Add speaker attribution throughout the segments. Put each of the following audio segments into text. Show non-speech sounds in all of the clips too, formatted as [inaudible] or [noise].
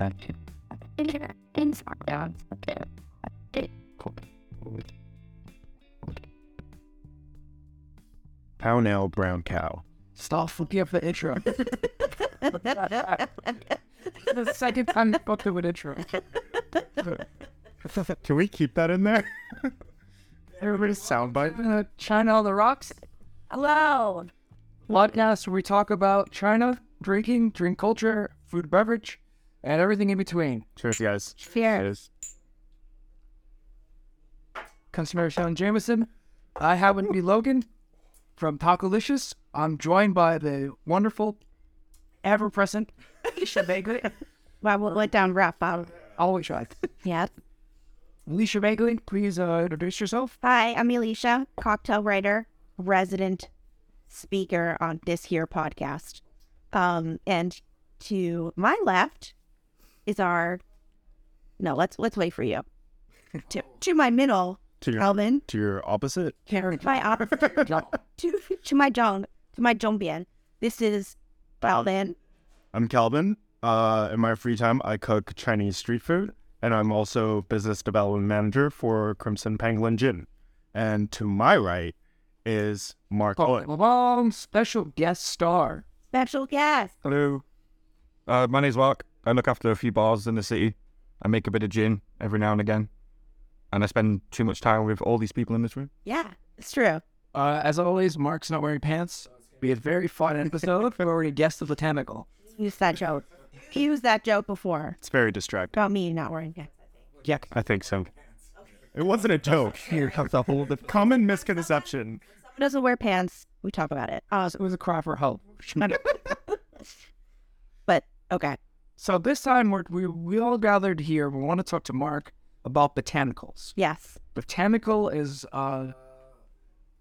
Speaker 1: Thank you.
Speaker 2: Internet inside on okay.
Speaker 3: Pownell Brown Cow.
Speaker 1: Stop fucking up the intro.
Speaker 4: the second time I fucked it with intro.
Speaker 3: [laughs] Can we keep that in
Speaker 2: [laughs]
Speaker 3: there? Everybody's soundbite.
Speaker 4: Uh, China on the rocks.
Speaker 2: Hello.
Speaker 4: Podcast where we talk about China, drinking, drink culture, food, beverage, and everything in between.
Speaker 3: Cheers, guys.
Speaker 2: Fear.
Speaker 3: Cheers.
Speaker 4: Consumer Sean Jameson. I happen to be Logan from Tacolicious. I'm joined by the wonderful, ever present Alicia Bagley.
Speaker 2: Why won't let down rap out?
Speaker 4: Always right.
Speaker 2: Yeah.
Speaker 4: Alicia Bagley, please uh, introduce yourself.
Speaker 2: Hi, I'm Alicia, cocktail writer, resident speaker on this here podcast. Um, and to my left is our no, let's let's wait for you. to, to my middle,
Speaker 3: To your,
Speaker 2: Calvin.
Speaker 3: to your opposite.
Speaker 4: Karen.
Speaker 2: My op- to to my John, to my Jombian. This is Calvin.
Speaker 3: I'm Calvin. Uh, in my free time, I cook Chinese street food, and I'm also business development manager for Crimson Pangolin Gin. And to my right is Mark Owen.
Speaker 4: Long special guest star.
Speaker 2: Special guest.
Speaker 5: Hello. Uh, my name's Mark. I look after a few bars in the city. I make a bit of gin every now and again. And I spend too much time with all these people in this room.
Speaker 2: Yeah, it's true.
Speaker 4: Uh, as always, Mark's not wearing pants. Be a very fun episode where we guest the botanical.
Speaker 2: Use that joke. Use that joke before
Speaker 3: It's very distracting.
Speaker 2: about me not wearing pants.
Speaker 4: Yeah,
Speaker 3: I think so. It wasn't a joke.
Speaker 4: [laughs] here comes the whole. It
Speaker 3: Common misconception.
Speaker 2: Who doesn't wear pants? We talk about it. Uh,
Speaker 4: was a cry for help. [laughs]
Speaker 2: but okay.
Speaker 4: So this time we're, we we all gathered here. We want to talk to Mark about botanicals.
Speaker 2: Yes.
Speaker 4: Botanical is uh,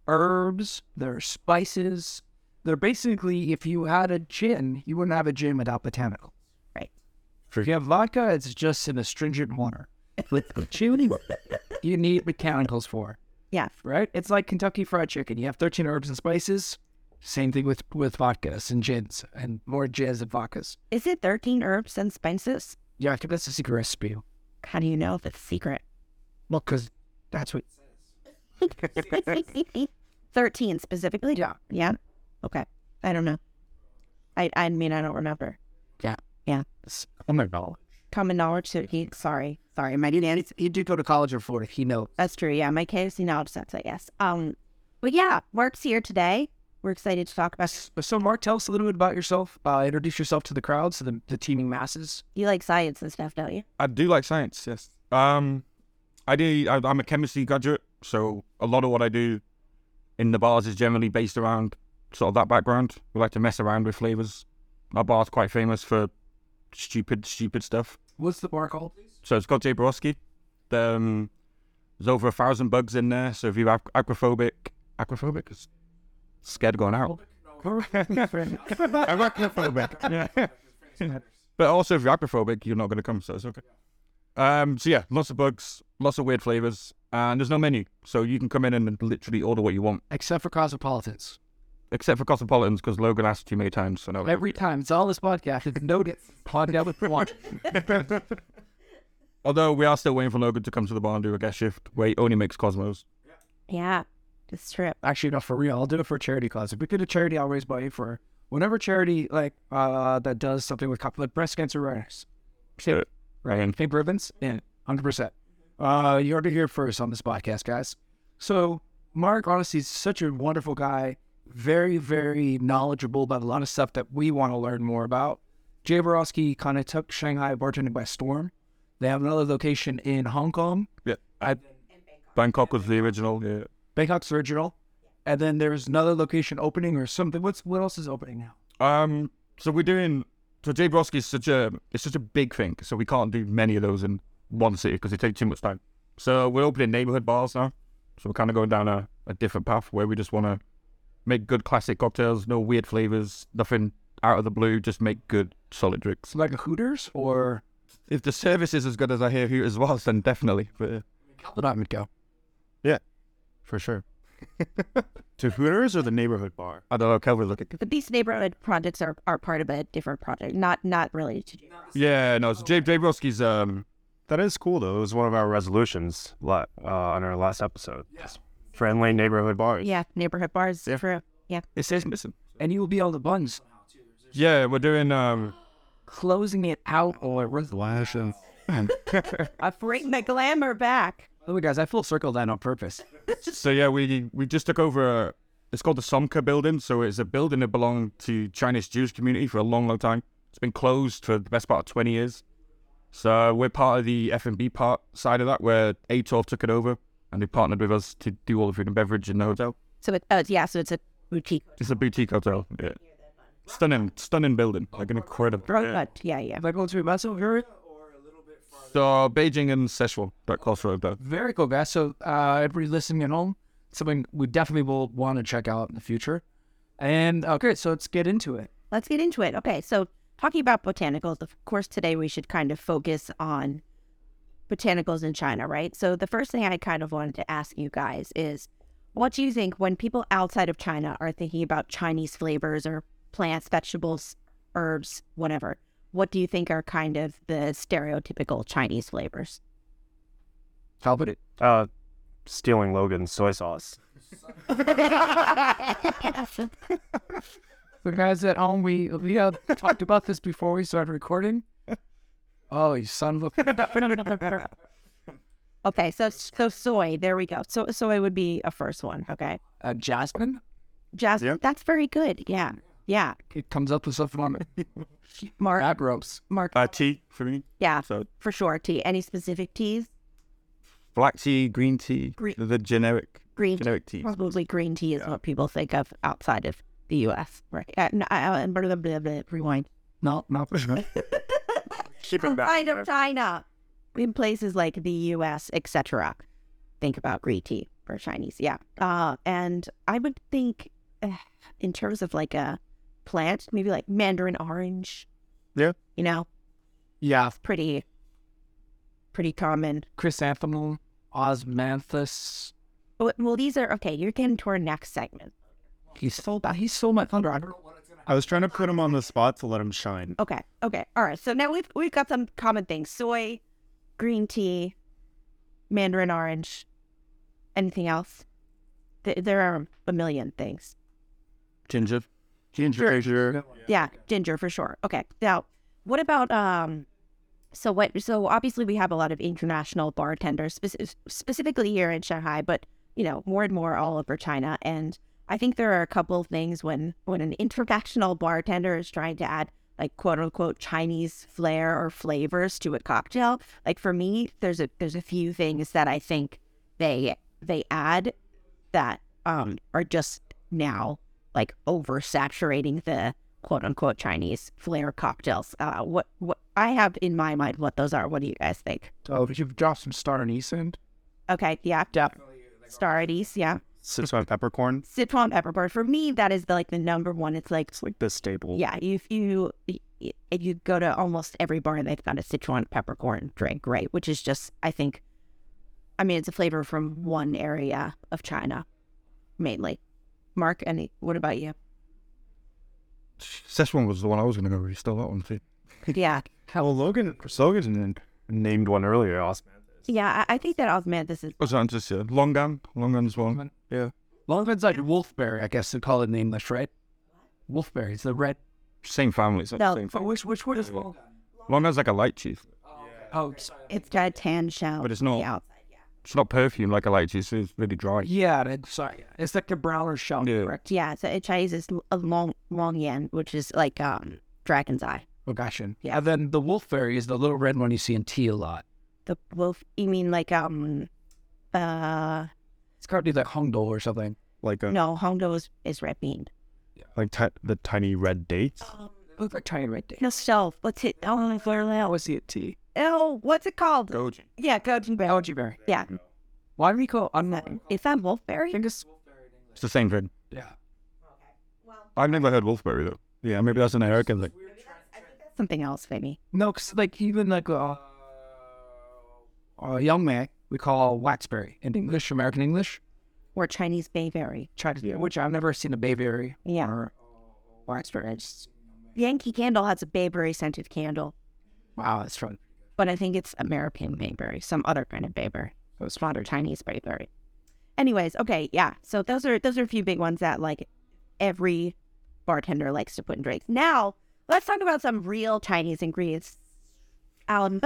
Speaker 4: herbs. They're spices. They're basically if you had a gin, you wouldn't have a gin without botanical.
Speaker 2: Right.
Speaker 4: If you have vodka, it's just an astringent water. With the chili, you need botanicals for.
Speaker 2: Yes.
Speaker 4: right? It's like Kentucky Fried Chicken. You have 13 herbs and spices. Same thing with with vodkas and gins and more gins and vodkas.
Speaker 2: Is it 13 herbs and spices?
Speaker 4: Yeah, I think that's the secret recipe.
Speaker 2: How do you know if it's secret?
Speaker 4: Well, because that's what.
Speaker 2: 13 specifically?
Speaker 4: Yeah.
Speaker 2: Yeah. Okay. I don't know. I, I mean, I don't remember.
Speaker 3: Oh my god.
Speaker 2: Common knowledge. So he, sorry. Sorry. My
Speaker 4: And
Speaker 2: dance.
Speaker 4: he did go to college in Florida. He knows.
Speaker 2: That's true. Yeah. My KFC knowledge sets, I guess. Um, but yeah, Mark's here today. We're excited to talk about.
Speaker 4: So, Mark, tell us a little bit about yourself. Uh, introduce yourself to the crowds, to the, the teeming masses.
Speaker 2: You like science and stuff, don't you?
Speaker 5: I do like science, yes. Um, I do. I, I'm a chemistry graduate, so a lot of what I do in the bars is generally based around sort of that background. We like to mess around with flavors. Our bar's quite famous for stupid, stupid stuff.
Speaker 4: What's the bar called?
Speaker 5: So it's called Jay Borowski. The, um, there's over a thousand bugs in there. So if you're aqu- aquaphobic, aquaphobic is scared of going out. Arachnophobic. [laughs] yeah. But also, if you're aquaphobic, you're not going to come, so it's okay. Um, so yeah, lots of bugs, lots of weird flavors, and there's no menu, so you can come in and literally order what you want,
Speaker 4: Except for Cosmopolitans.
Speaker 5: except for Cosmopolitans because Logan asked too many times. So no.
Speaker 4: Every time. It's all this podcast. It's noted. Podcast with one.
Speaker 5: Although we are still waiting for Logan to come to the bar and do a guest shift, where he only makes Cosmos.
Speaker 2: Yeah. This trip.
Speaker 4: actually not for real. I'll do it for a charity cause. If we did a charity, I'll raise money for whenever charity like uh that does something with cop- like breast cancer awareness.
Speaker 5: Yeah. Right. And
Speaker 4: Pink ribbons, yeah, hundred percent. Uh, you heard it here first on this podcast, guys. So Mark, honestly, is such a wonderful guy. Very, very knowledgeable about a lot of stuff that we want to learn more about. Jay Borowski kind of took Shanghai bartending by storm. They have another location in Hong Kong.
Speaker 5: Yeah, I, Bangkok was the original. Yeah,
Speaker 4: Bangkok's original. And then there's another location opening or something. What's what else is opening now?
Speaker 5: Um, so we're doing so Jay Broski is such a it's such a big thing, so we can't do many of those in one city because it takes too much time. So we're opening neighborhood bars now, so we're kind of going down a, a different path where we just want to make good classic cocktails, no weird flavors, nothing out of the blue, just make good solid drinks.
Speaker 4: like a Hooters or
Speaker 5: If the service is as good as I hear Hooters was, then definitely. But uh,
Speaker 4: Calvin would go.
Speaker 3: For sure. [laughs] To Hooters or the neighborhood bar?
Speaker 5: I don't know. Can we look at?
Speaker 2: But these neighborhood projects are, are part of a different project, not not related to Jay.
Speaker 5: Yeah, no. So Jay Jay Broski's um
Speaker 3: That is cool though. It was one of our resolutions la- uh, on our last episode. Yes. Friendly neighborhood bars.
Speaker 2: Yeah, neighborhood bars. Yeah. For, yeah.
Speaker 5: it says missing.
Speaker 4: And you will be on the buns,
Speaker 5: Yeah, we're doing um
Speaker 4: closing it out or resolution.
Speaker 2: Bring the glamour back.
Speaker 4: By the way, guys, I full circled that on purpose.
Speaker 5: So yeah, we we just took over. A, it's called the Somka Building. So it's a building that belonged to Chinese Jewish community for a long, long time. It's been closed for the best part of twenty years. So we're part of the F and B part side of that, where A12 took it over and they partnered with us to do all the food and beverage in the hotel.
Speaker 2: So it, oh, yeah, so it's a boutique.
Speaker 5: It's a boutique hotel. Yeah. Stunning, stunning building. Like an incredible.
Speaker 2: Yeah, yeah. yeah.
Speaker 4: Am I going to be myself here?
Speaker 5: So Beijing and Sichuan, that crossroad there.
Speaker 4: Very cool, guys. So, uh, everybody listening at home, something we definitely will want to check out in the future. And okay, so let's get into it.
Speaker 2: Let's get into it. Okay, so talking about botanicals, of course, today we should kind of focus on botanicals in China, right? So the first thing I kind of wanted to ask you guys is, what do you think when people outside of China are thinking about Chinese flavors or plants, vegetables, herbs, whatever? What do you think are kind of the stereotypical Chinese flavors?
Speaker 4: How about it?
Speaker 3: Uh, stealing Logan's soy sauce.
Speaker 4: So, guys at home, we we uh, talked about this before we started [laughs] recording. Oh, you son of a! [laughs]
Speaker 2: Okay, so so soy, there we go. So soy would be a first one. Okay,
Speaker 4: uh, Jasmine,
Speaker 2: Jasmine,
Speaker 3: Yep.
Speaker 2: that's very good. Yeah, yeah.
Speaker 4: it comes up with something on [laughs] it.
Speaker 2: Mark,
Speaker 4: Agros.
Speaker 2: Mark,
Speaker 5: Uh, tea for me.
Speaker 2: yeah,
Speaker 5: So
Speaker 2: for sure. Tea. Any specific teas?
Speaker 5: black tea, green tea,
Speaker 2: Green-
Speaker 5: the generic
Speaker 2: Green tea.
Speaker 5: generic tea.
Speaker 2: Probably green tea is what people think of outside of the U.S. Right? Uh, no, I- I- blah, blah, blah, blah, rewind.
Speaker 4: No, no.
Speaker 3: Keep
Speaker 2: Outside of China, in places like the U.S., etc. Think about green tea for Chinese. Yeah, uh, and I would think, uh, in terms of like a plant, maybe like mandarin orange.
Speaker 3: Yeah.
Speaker 2: You know,
Speaker 4: Yeah,
Speaker 2: pretty, pretty common.
Speaker 4: chrysanthemum, osmanthus.
Speaker 2: Well, well, these are okay. You're getting to our next segment.
Speaker 4: He stole that. He stole my thunder. I don't know what it's gonna
Speaker 3: I was trying to put him on the spot to let him shine.
Speaker 2: Okay. Okay. All right. So now we've we've got some common things: soy, green tea, mandarin orange. Anything else? Th- there are a million things.
Speaker 5: Ginger.
Speaker 3: Ginger.
Speaker 2: Yeah, ginger for sure. Okay. Now, what about um? So what? So obviously we have a lot of international bartenders, spec- specifically here in Shanghai, but you know more and more all over China. And I think there are a couple of things when when an [laughs] international bartender is trying to add like quote unquote Chinese flair or flavors to a cocktail. Like for me, there's a there's a few things that I think they they add that um are just now like oversaturating the quote unquote Chinese flair cocktails. Uh, what what I have in my mind what those are. What do you guys think?
Speaker 4: Oh, but you've dropped some star in Eastend.
Speaker 2: Okay, yeah,
Speaker 4: Definitely.
Speaker 2: Star at East, yeah.
Speaker 3: Sichuan peppercorn.
Speaker 2: Sichuan peppercorn for me that is the, like the number one. It's like
Speaker 3: It's like the staple.
Speaker 2: yeah, if you if you go to almost every bar they've got a Sichuan peppercorn drink, right? Which is just I think, I mean, it's a flavor from one area of China, mainly. Mark, any what
Speaker 3: [laughs]
Speaker 2: about you?
Speaker 5: This one was the one I was going to go with. You stole that one too.
Speaker 2: Yeah,
Speaker 3: Well, Logan, Logan n- named one earlier, Osman.
Speaker 2: yeah. I, I think that Osmanthus is
Speaker 5: What's that? Just yeah, longan, longan's one. Yeah.
Speaker 4: Longman's like wolfberry, I guess they call it in English, right? Wolfberry. It's the red.
Speaker 5: Same family. It's not
Speaker 2: No.
Speaker 5: the same
Speaker 4: But
Speaker 5: thing.
Speaker 4: which which word is long?
Speaker 5: Longan's like a light cheese.
Speaker 4: Oh,
Speaker 2: it's got a tan shell,
Speaker 5: But it's not-
Speaker 2: Yeah.
Speaker 5: It's not perfume like a light cheese. It's really dry.
Speaker 4: yeah. It's, sorry, it's like the brown or shell,
Speaker 5: Yeah.
Speaker 4: correct?
Speaker 2: Yeah, so in Chinese is l- a long long yan, which is like um dragon's eye.
Speaker 4: Oh gosh, and
Speaker 2: Yeah.
Speaker 4: yeah. And then the wolfberry is the little red one you see in tea a lot.
Speaker 2: The wolf you mean like um uh
Speaker 4: It's currently like hongdol or something.
Speaker 3: Like
Speaker 5: uh,
Speaker 3: a,
Speaker 2: no, Hongdo is, is red bean.
Speaker 3: like ti- the tiny red dates.
Speaker 4: It looks like tiny red day.
Speaker 2: No self. What's it? Oh,
Speaker 4: I always see it tea.
Speaker 2: oh what's it called?
Speaker 5: Goji.
Speaker 2: Yeah, goji berry.
Speaker 4: Algae berry.
Speaker 2: Yeah. Mm-hmm.
Speaker 4: Why do we call? I'm not.
Speaker 2: Is that
Speaker 4: I
Speaker 2: wolfberry?
Speaker 4: think it's.
Speaker 5: It's the same thing.
Speaker 4: Yeah.
Speaker 5: I've never heard wolfberry though. Yeah, maybe that's an American thing.
Speaker 2: Something else, maybe.
Speaker 4: No, 'cause, like even like uh, uh young man we call waxberry in English, American English.
Speaker 2: or Chinese Bayberry.
Speaker 4: Tried to, which I've never seen a Bayberry
Speaker 2: Yeah.
Speaker 4: or Oxford.
Speaker 2: Yankee Candle has a Bayberry scented candle,
Speaker 4: Wow, that's fun.
Speaker 2: but I think it's American Bayberry, some other kind of Bayberry. It was not a Chinese Bayberry. Anyways, okay, yeah. So those are those are a few big ones that like every bartender likes to put in drinks. Now let's talk about some real Chinese ingredients. Um,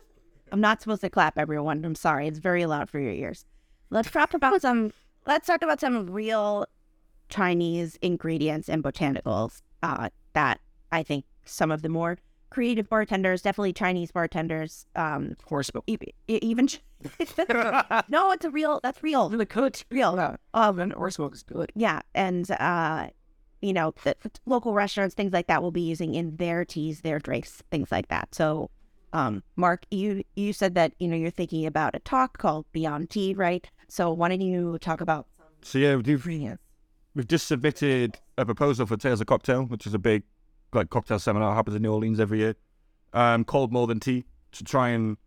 Speaker 2: [laughs] I'm not supposed to clap, everyone. I'm sorry. It's very loud for your ears. Let's talk about some. Let's talk about some real Chinese ingredients and botanicals uh, that I think some of the more creative bartenders, definitely Chinese bartenders, um,
Speaker 4: Horse milk.
Speaker 2: e- e- even. [laughs] no, it's a real. That's real. [laughs] The coach, real. Um,
Speaker 4: Oh, man, horse milk is good.
Speaker 2: Yeah, and uh, you know, the, the local restaurants, things like that, will be using in their teas, their drinks, things like that. So, um, Mark, you you said that you know you're thinking about a talk called Beyond Tea, right? So, why don't you talk about
Speaker 5: So yeah, we've,
Speaker 2: ingredients?
Speaker 5: we've just submitted a proposal for Tales of Cocktail, which is a big like cocktail seminar that happens in New Orleans every year. Um, called More Than Tea to try and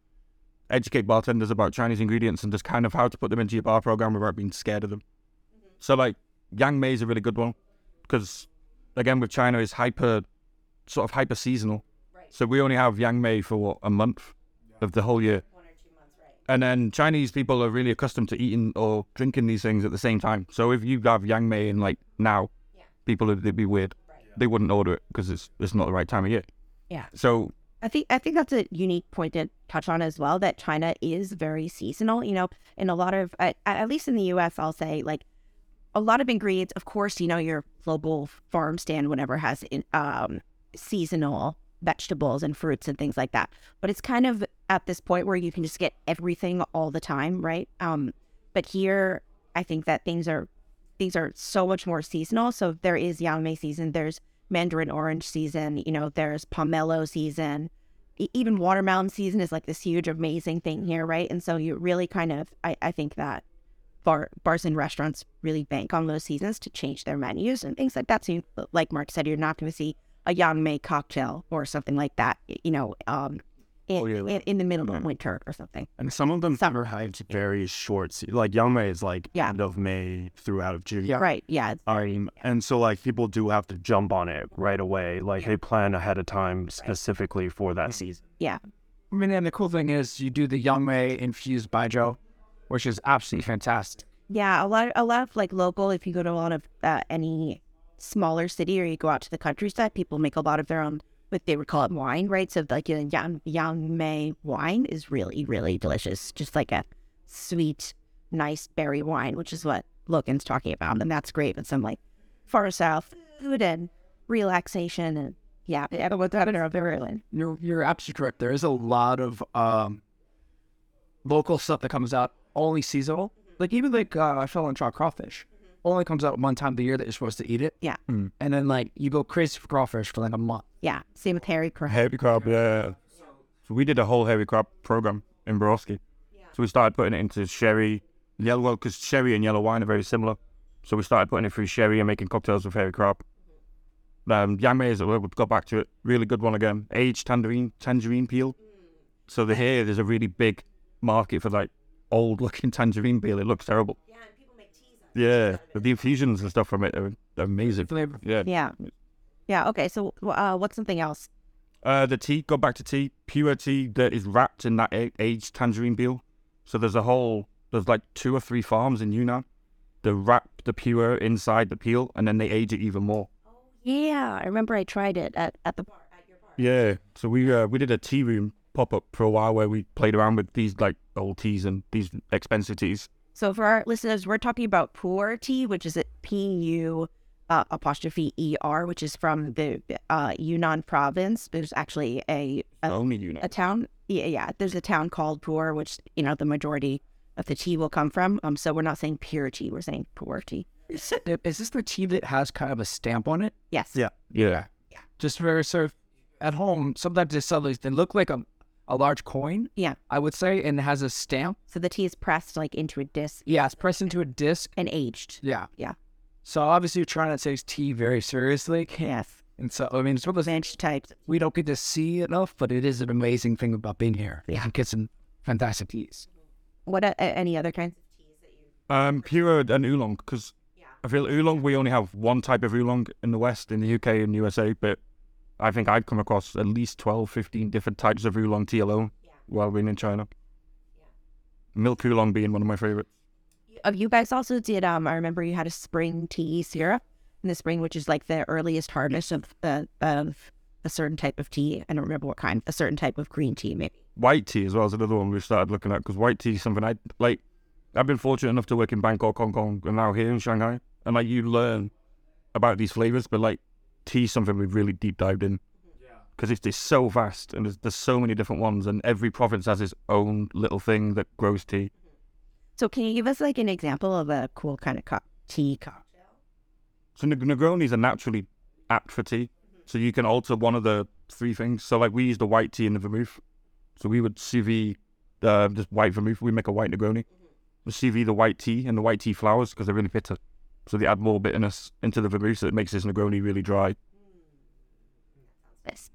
Speaker 5: educate bartenders about Chinese ingredients and just kind of how to put them into your bar program without being scared of them. So like Yang Mei is a really good one because again with China is hyper sort of hyper seasonal. So we only have Yang Mei for what a month of the whole year. And then Chinese people are really accustomed to eating or drinking these things at the same time. So if you have Yang Mei in like now, people would they'd be weird. They wouldn't order it because it's it's not the right time of year.
Speaker 2: Yeah.
Speaker 5: So
Speaker 2: I think I think that's a unique point to touch on as well. That China is very seasonal. You know, in a lot of at, at least in the U.S., I'll say like a lot of ingredients. Of course, you know your global farm stand, whatever has in, um, seasonal vegetables and fruits and things like that. But it's kind of at this point where you can just get everything all the time, right? Um, but here, I think that things are things are so much more seasonal. So there is Yang Mei season. There's Mandarin orange season. You know, there's pomelo season e- even watermelon season is like this huge amazing thing here right and so you really kind of i, I think that bar, bars and restaurants really bank on those seasons to change their menus and things like that so you, like mark said you're not going to see a yang mei cocktail or something like that y- you know um in,
Speaker 5: All year
Speaker 2: in,
Speaker 5: round.
Speaker 2: in the middle of winter or something
Speaker 3: And some of them
Speaker 2: Summer.
Speaker 3: have very short. se- Like Yang Mei is like
Speaker 2: Yeah.
Speaker 3: end of May through out of June.
Speaker 4: Yeah.
Speaker 2: right yeah it's-
Speaker 3: Um, and so like people do have to jump on it right away. Like they plan ahead of time specifically for that season.
Speaker 2: yeah
Speaker 4: I mean, and the cool thing is you do the Yang Mei infused Baijiu, which is absolutely fantastic.
Speaker 2: Yeah, a lot, a lot of like local. If you go to a lot of uh, any smaller city or you go out to the countryside, people make a lot of their own. But they would call it wine, right? So like you know, yang yang mei wine is really really delicious, just like a sweet, nice berry wine, which is what Logan's talking about, and that's great with some like far south food and relaxation and yeah, yeah, but that in Ireland.
Speaker 4: You're you're absolutely correct. There is a lot of um, local stuff that comes out only seasonal.
Speaker 3: Mm-hmm.
Speaker 4: Like even like uh, I fell on trout crawfish, only comes out one time of the year that you're supposed to eat it.
Speaker 2: Yeah.
Speaker 4: And then like you go crazy for crawfish for like a month.
Speaker 2: Yeah, same with Harry Crow.
Speaker 5: [laughs] heavy crab, yeah. So we did a whole heavy crab program in Borowski. So we started putting it into sherry, yellow, well, because sherry and yellow wine are very similar. So we started putting it through sherry and making cocktails with heavy crab. Um, Yang Mei is a we got back to it. Really good one again. Aged tangerine, tangerine peel. So the here there's a really big market for like old looking [laughs] tangerine peel. It looks terrible. Yeah, and people make teas. Yeah, but the infusions and stuff from it are are [laughs] amazing.
Speaker 4: Flavor.
Speaker 5: Yeah.
Speaker 2: Yeah, yeah. Okay, so uh, what's something else?
Speaker 5: Uh, the tea, go back to tea, pure tea that is wrapped in that a- aged tangerine peel. So there's a whole, there's like two or three farms in Yunnan. They wrap the pure inside the peel and then they age it even more.
Speaker 2: Yeah, I remember I tried it at, at the bar.
Speaker 5: Yeah. So we uh, we did a tea room pop up for a while where we played around with these like old teas and these expensive teas.
Speaker 2: So for our listeners, we're talking about Pu'er tea, which is at P U uh, apostrophe E R, which is from the uh, Yunnan province. There's actually a a,
Speaker 5: Only Yunnan.
Speaker 2: a town. Yeah, yeah, there's a town called Pu'er, which you know the majority of the tea will come from. Um, so we're not saying pure tea, we're saying Pu'er tea.
Speaker 4: Is, it- is this the tea that has kind of a stamp on it?
Speaker 2: Yes.
Speaker 3: Yeah.
Speaker 5: yeah.
Speaker 4: Just very sort of at home. Sometimes they sell these. They look like a a large coin,
Speaker 2: Yeah.
Speaker 4: I would say, and it has a stamp.
Speaker 2: So the tea is pressed like into a disc
Speaker 4: Yeah, it's pressed into a disc.
Speaker 2: and aged.
Speaker 4: Yeah.
Speaker 2: Yeah.
Speaker 4: So obviously you're trying to take tea very seriously.
Speaker 2: Yes.
Speaker 4: And so I mean it's one of those
Speaker 2: Bench types.
Speaker 4: we don't get to see enough, but it is an amazing thing about being here.
Speaker 2: Yeah.
Speaker 4: You get some fantastic teas.
Speaker 2: What uh, any other kinds?
Speaker 5: Um, pure and oolong, because
Speaker 2: Yeah.
Speaker 5: I feel oolong. We only have one type of oolong in the West, in the UK and USA, but I think I've come across at least 12, 15 different types of oolong tea alone while being in China. Milk oolong being one of my favorites.
Speaker 2: Oh, you guys also did. Um, I remember you had a spring tea syrup in the spring, which is like the earliest harvest of uh, of a certain type of tea. I don't remember what kind. A certain type of green tea, maybe.
Speaker 5: White tea as well is another one we started looking at because white tea is something I like. I've been fortunate enough to work in Bangkok, Hong Kong, and now here in Shanghai, and like you learn about these flavors, but like tea is something we've really deep dived in because it's, it's so vast and there's, there's so many different ones, and every province has its own little thing that grows tea.
Speaker 2: So, can you give us like an example of a cool kind of co- tea cup?
Speaker 5: So Neg- Negronis are naturally apt for tea. So you can alter one of the three things. So like we use the white tea and the vermouth. So we would sous vide uh, just white vermouth. We make a white Negroni. We sous vide the white tea and the white tea flowers because they're really bitter. So they add more bitterness into the vermouth, so it makes this Negroni really dry.
Speaker 2: This.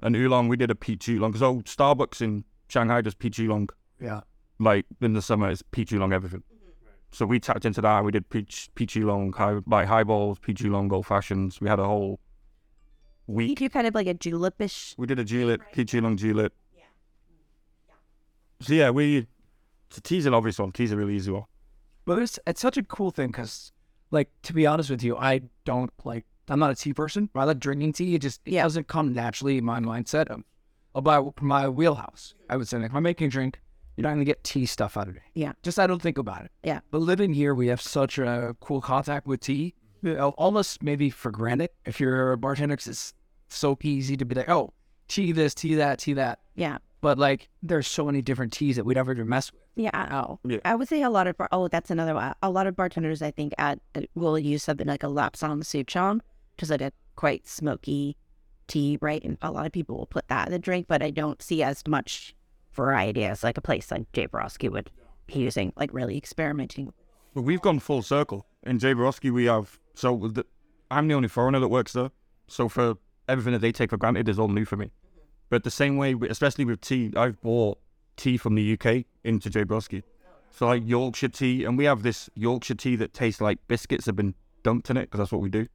Speaker 5: And oolong, we did a peach oolong. So Starbucks in Shanghai does peach oolong.
Speaker 4: Yeah.
Speaker 5: Like in the summer, it's peach oolong everything. So we tapped into that. and We did peach peach oolong, high, like highballs, peach oolong, old fashions. We had a whole
Speaker 2: you
Speaker 5: week
Speaker 2: do kind of like a julepish.
Speaker 5: We did a julep, peach oolong julep. So yeah, we. So tea's an obvious one. Tea's a really easy one.
Speaker 4: But it's it's such a cool thing because, like, to be honest with you, I don't like. I'm not a tea person. I like drinking tea. It just it doesn't come naturally in my mindset of, about my wheelhouse. I would say like, if I'm making a drink, you're not gonna get tea stuff out of it.
Speaker 2: Yeah.
Speaker 4: Just I don't think about it.
Speaker 2: Yeah.
Speaker 4: But living here, we have such a cool contact with tea. You know, almost maybe for granted if you're a bartender, 'cause it's so easy to be like, oh, tea this, tea that, tea that.
Speaker 2: Yeah.
Speaker 4: But like, there's so many different teas that we never even mess with.
Speaker 2: Yeah. Oh.
Speaker 5: Yeah.
Speaker 2: I would say a lot of bar- oh, that's another one. A lot of bartenders, I think, at will use something like a lapsang souchong, which is like a quite smoky tea, right? And a lot of people will put that in the drink, but I don't see as much variety as like a place like Jay Brosky would be using, like really experimenting.
Speaker 5: But we've gone full circle. In Jay Borowski, we have so with the, I'm the only foreigner that works there. So for everything that they take for granted is all new for me. But the same way, with- especially with tea, I've bought tea from the UK into Jay Borowski. So like Yorkshire tea, and we have this Yorkshire tea that tastes like biscuits have been dumped in it because that's what we do.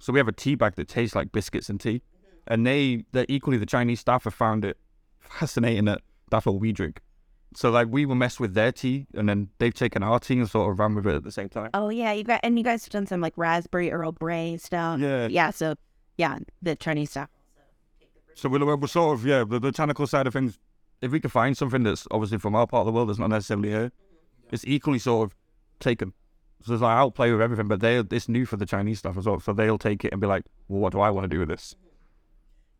Speaker 5: So we have a tea bag that tastes like biscuits and tea, and they they equally the Chinese staff have found it fascinating that that's what we drink. So like we will mess with their tea, and then they've taken our tea and sort of ran with it at the same time.
Speaker 2: Oh yeah, you got and you guys have done some like raspberry Earl Grey stuff.
Speaker 5: Yeah.
Speaker 2: Yeah. So yeah, the Chinese stuff.
Speaker 5: So we're, we're sort of yeah the botanical side of things. If we can find something that's obviously from our part of the world that's not necessarily here, it's equally sort of taken. So it's like I'll play with everything, but they it's new for the Chinese stuff as well. So they'll take it and be like, well, what do I want to do with this?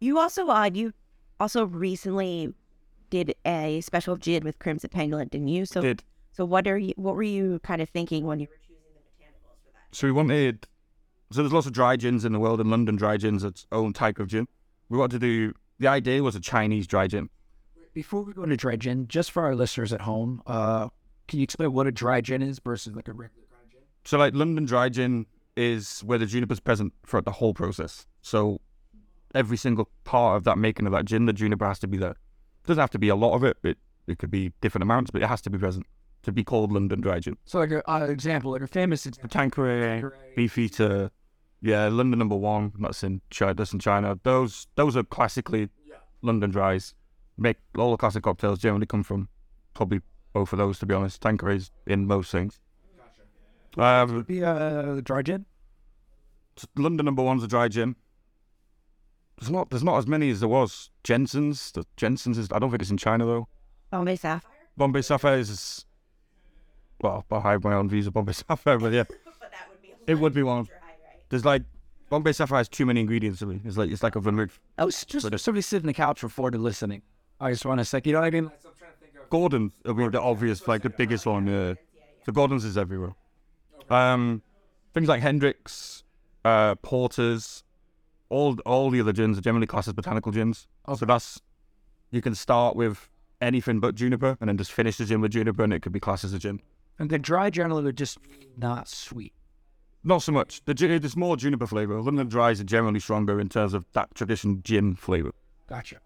Speaker 2: You also uh you also recently did a special gin with Crimson Pangolin, didn't you? So
Speaker 5: Did
Speaker 2: so what are you what were you kind of thinking when you were choosing the botanicals for that?
Speaker 5: So we wanted. So there's lots of dry gins in the world, and London dry gin's its own type of gin. We wanted to do. The idea was a Chinese dry gin.
Speaker 4: Before we go into dry gin, just for our listeners at home, uh, can you explain what a dry gin is versus like a regular dry gin?
Speaker 5: So like London dry gin is where the juniper's present throughout the whole process. So every single part of that making of that gin, the juniper has to be there. Doesn't have to be a lot of it. It it could be different amounts, but it has to be present to be called London dry gin.
Speaker 4: So, like an uh, example, like a famous example.
Speaker 5: Tanqueray, Beefeater, yeah, London number one. That's in China. That's in China. Those those are classically London dries. Make all the classic cocktails generally come from probably both of those. To be honest, Tanqueray's in most things. Um,
Speaker 4: Be a dry gin.
Speaker 5: t- London number one's a dry gin. There's not there's not as many as there was. Jensen's the Jensen's is I don't think it's in China though.
Speaker 2: Bombay Sapphire.
Speaker 5: Bombay Sapphire is well, I have my own views of Bombay [laughs] Sapphire, but yeah. it would be one. There's like Bombay Sapphire has too many ingredients to me. It's like it's like a vermouth.
Speaker 4: Oh, it's just
Speaker 5: But it-
Speaker 4: somebody sitting on the couch for four to listening. I just want to say, you know what I mean?
Speaker 5: Gordon's would be the obvious, like the biggest one. Yeah. So Gordon's is everywhere. Um, things like Hendrix, uh, Porters, all all the other gins are generally classed as botanical gins. So that's you can start with anything but juniper, and then just finish the gin with juniper, and it could be classed as a gin.
Speaker 4: And the dry generally are just not sweet.
Speaker 5: Not so much. The gin, there's more juniper flavor. London dries are generally stronger in terms of that tradition gin flavor.
Speaker 4: Gotcha.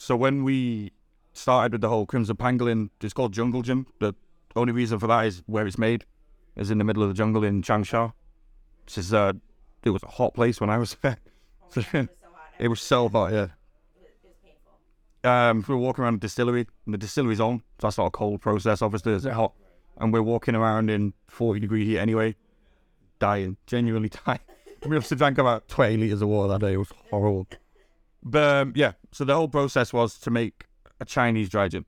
Speaker 5: So when we started with the whole Crimson Pangolin, it's called Jungle Gin. The Only reason for that is where it's made, is in the middle of the jungle in Changsha. This is uh, it was a hot place when I was [laughs] there. Oh, it was so hot, yeah. Um, we were walking around the distillery, and the distillery's on, so that's not a cold process, obviously. It's hot, and we're walking around in 40 degree heat anyway, dying, genuinely [laughs] dying. we must have drank about 20 liters of water that day. It was horrible. But um, yeah, so the whole process was to make a Chinese dry gin.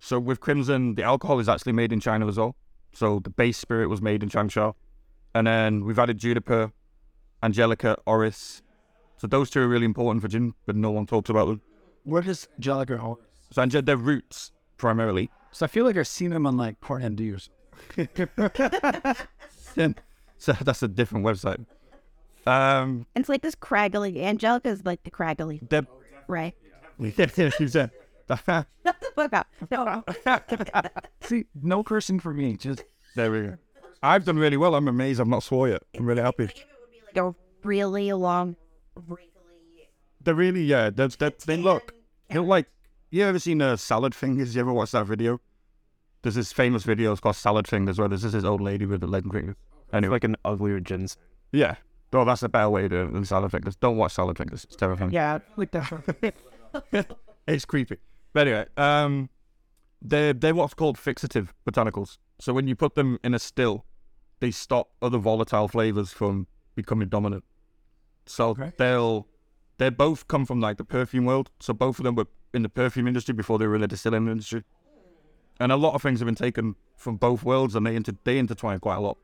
Speaker 5: So with Crimson, the alcohol is actually made in China as well. So the base spirit was made in Changsha. And then we've added juniper, angelica, oris. So those two are really important for gin, but no one talks about them.
Speaker 4: Where does Angelica home?
Speaker 5: So ange- they're roots primarily. [laughs]
Speaker 4: So I feel like I've seen them on like Pornhub or something.
Speaker 5: Then- so that's a different website. Um,
Speaker 2: It's like this craggly. Angelica's like the craggly,
Speaker 5: they're... [laughs]
Speaker 2: right? [laughs]
Speaker 5: there
Speaker 2: Shut the fuck up. No.
Speaker 4: [laughs] See, no cursing for me. Just
Speaker 5: we go. I've done really well. I'm amazed I've not swore yet. I'm really happy.
Speaker 2: Like a really long.
Speaker 5: They're really yeah. They're, they're, they look. They look like you ever seen uh, salad fingers? You ever watched that video? There's this famous video. It's called Salad Fingers, where there's this this old lady with the leg finger.
Speaker 3: And it's like an uglier ginseng.
Speaker 5: Yeah. Well, that's a better way to do it than salad fingers. Don't watch salad fingers. It's terrifying.
Speaker 2: uh,
Speaker 4: yeah, like
Speaker 2: [laughs]
Speaker 4: that.
Speaker 5: [laughs] It's creepy. But anyway, um, they're they're what's called fixative botanicals. So when you put them in a still, they stop other volatile flavors from becoming dominant. So they'll they both come from like the perfume world. So both of them were in the perfume industry before they were in the distilling industry. And a lot of things have been taken from both worlds, and they inter- they intertwine quite a lot.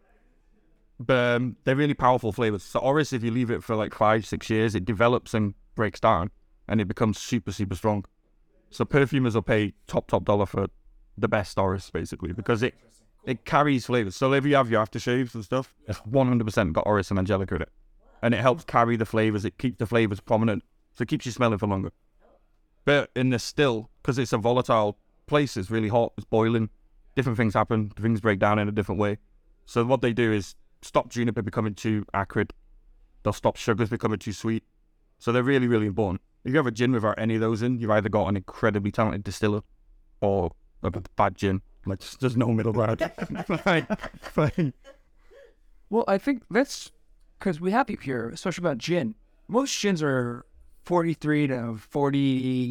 Speaker 5: But um, they're really powerful flavors. So Oris, if you leave it for like five six years, it develops and breaks down, and it becomes super super strong. So perfumers will pay top top dollar for the best Oris basically because it it carries flavors. So if you have your aftershaves and stuff, it's one hundred percent got Oris and Angelica in it, and it helps carry the flavors. It keeps the flavors prominent, so it keeps you smelling for longer. But in the still, because it's a volatile place, it's really hot, it's boiling. Different things happen. Things break down in a different way. So what they do is stop juniper becoming too acrid. They'll stop sugars becoming too sweet. So they're really, really important. If you have a gin without any of those in, you've either got an incredibly talented distiller or a b- bad gin. Like, just- there's no middle ground. Fine. Fine.
Speaker 4: well, I think that's because we have you here, especially about gin. Most gins are 43 to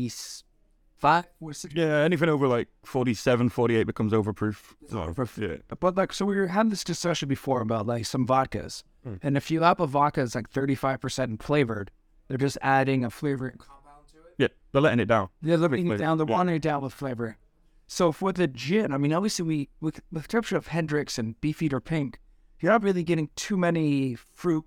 Speaker 4: 45. What's it?
Speaker 5: Yeah, anything over like 47, 48 becomes overproof. Yeah.
Speaker 4: But like, so we were having this discussion before about like some vodkas,
Speaker 5: Mm.
Speaker 4: and if you apple vodka is like thirty five percent flavored, they're just adding a flavor.
Speaker 5: Yeah, they're letting it down.
Speaker 4: They're letting it
Speaker 5: flavor,
Speaker 4: down. They're watering it down with flavor. So for the gin, I mean, obviously we with with the exception of Hendrix and Beefeater Pink, you're not really getting too many fruit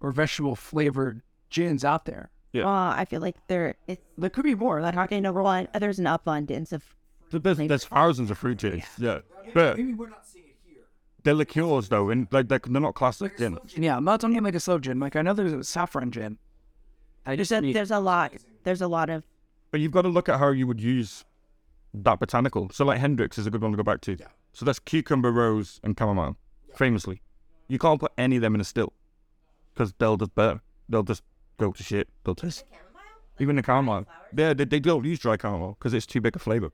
Speaker 4: or vegetable flavored gins out there.
Speaker 2: Oh, I feel like there. It's,
Speaker 4: There could be more.
Speaker 2: we're
Speaker 4: Like
Speaker 2: talking over one. There's an abundance of.
Speaker 5: Th- There's, there's thousands of fruit gins. Yeah. But
Speaker 4: maybe we're not seeing it here.
Speaker 5: they're liqueurs, though, and like they're, they're not classic gin.
Speaker 4: Yeah, I'm not talking like a slow gin. Like I know there's a saffron gin. I just
Speaker 2: There's a, there's a lot. There's a lot of.
Speaker 5: But you've got to look at how you would use that botanical. So, like Hendrix is a good one to go back to. So that's cucumber, rose, and chamomile, famously. You can't put any of them in a still because they'll just burn. They'll just go to shit. They'll just even the chamomile. Yeah, they, they don't use dry chamomile because it's too big a flavor.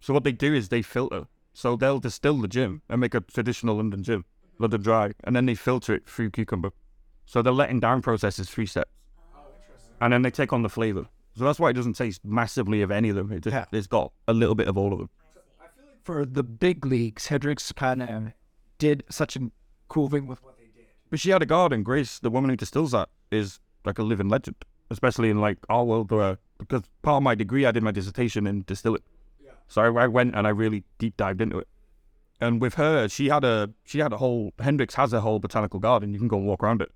Speaker 5: So what they do is they filter. So they'll distill the gin and make a traditional London gin, London dry, and then they filter it through cucumber. So the letting down process is three steps and then they take on the flavor. So that's why it doesn't taste massively of any of them. It just,
Speaker 4: Yeah.
Speaker 5: It's got a little bit of all of them.
Speaker 4: for the big leagues, Hendricks kind of did such a cool thing with what they did.
Speaker 5: But she had a garden. Grace, the woman who distills that, is like a living legend, especially in like our world where because part of my degree, I did my dissertation in distilling. So I, I went and I really deep dived into it. And with her, she had a she had a whole Hendrix has a whole botanical garden. You can go and walk around it,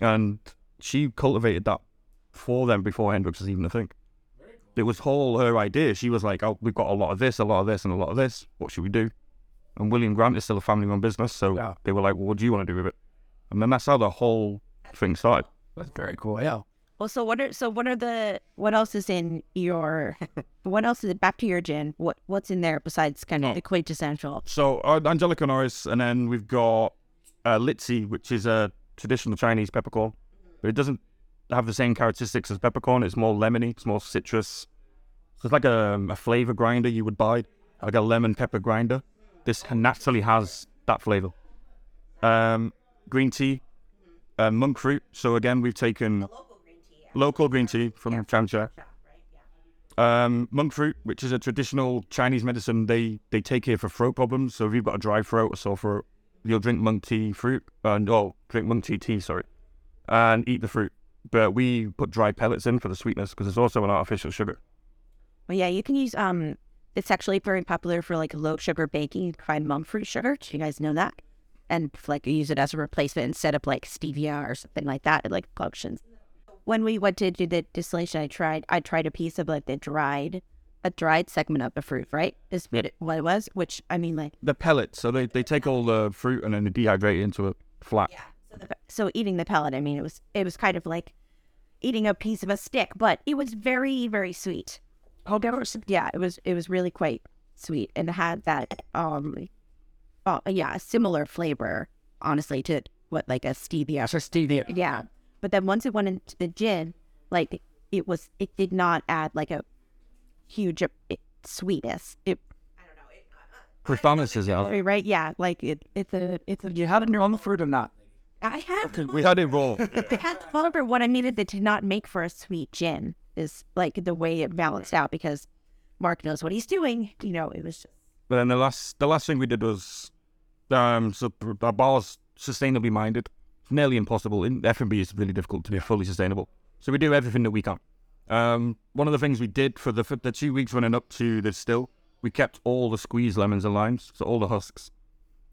Speaker 5: and she cultivated that for them before Hendrix was even a thing. It was all her idea. She was like, "Oh, we've got a lot of this, a lot of this, and a lot of this. What should we do?" And William Grant is still a family-run business, so
Speaker 4: Yeah.
Speaker 5: they were like, well, "What do you want to do with it?" And then that's how the whole thing started.
Speaker 4: That's very cool. Yeah.
Speaker 2: Well, so what are so what are the what else is in your what else is back to your gin? What what's in there besides kind of the quintessential?
Speaker 5: So uh, Angelica Norris, and then we've got uh, Litsi, which is a traditional Chinese peppercorn, but it doesn't have the same characteristics as peppercorn. It's more lemony, it's more um, citrus. So it's like a, a flavor grinder you would buy, like a lemon pepper grinder. This naturally has that flavor. Um, green tea, uh, monk fruit. So again, we've taken local green tea from Changsha. Um, monk fruit, which is a traditional Chinese medicine they, they take here for throat problems. So if you've got a dry throat or sore throat, you'll drink monk tea fruit, uh, no, drink monk tea tea, sorry, and eat the fruit. But we put dry pellets in for the sweetness because it's also an artificial sugar.
Speaker 2: Well, yeah, you can use um. It's actually very popular for like low sugar baking. You can find monk fruit sugar. Do you guys know that? And like use it as a replacement instead of like stevia or something like that. It like functions. When we went to do the distillation, I tried I tried a piece of like the dried a dried segment of the fruit. Right, is what it, what it was. Which I mean, like
Speaker 5: The pellets, so they, they take all the fruit and then they dehydrate it into a flat.
Speaker 2: so eating the pellet. I mean, it was it was kind of like eating a piece of a stick, but it was very very sweet. Oh, yeah, it was it was really quite sweet and had that um, oh yeah, a similar flavor honestly to what like a stevia.
Speaker 4: So stevia.
Speaker 2: Yeah, but then once it went into the gin, like it was it did not add like a huge uh, sweetness. It
Speaker 5: Christanis is out.
Speaker 2: right? Yeah, like it it's a it's a
Speaker 4: You had it on the fruit or not?
Speaker 2: I have
Speaker 5: We had it raw.
Speaker 2: They had the flavor what I needed that did not make for a sweet gin is like the way it balanced out because Mark knows what he's doing. You know, it was just
Speaker 5: But then the last the last thing we did was um so p- our bar's sustainably minded. It's nearly impossible. In F and B is really difficult to be fully sustainable. So we do everything that we can. Um, one of the things we did for the for the two weeks running up to the still, we kept all the squeezed lemons and limes, so all the husks.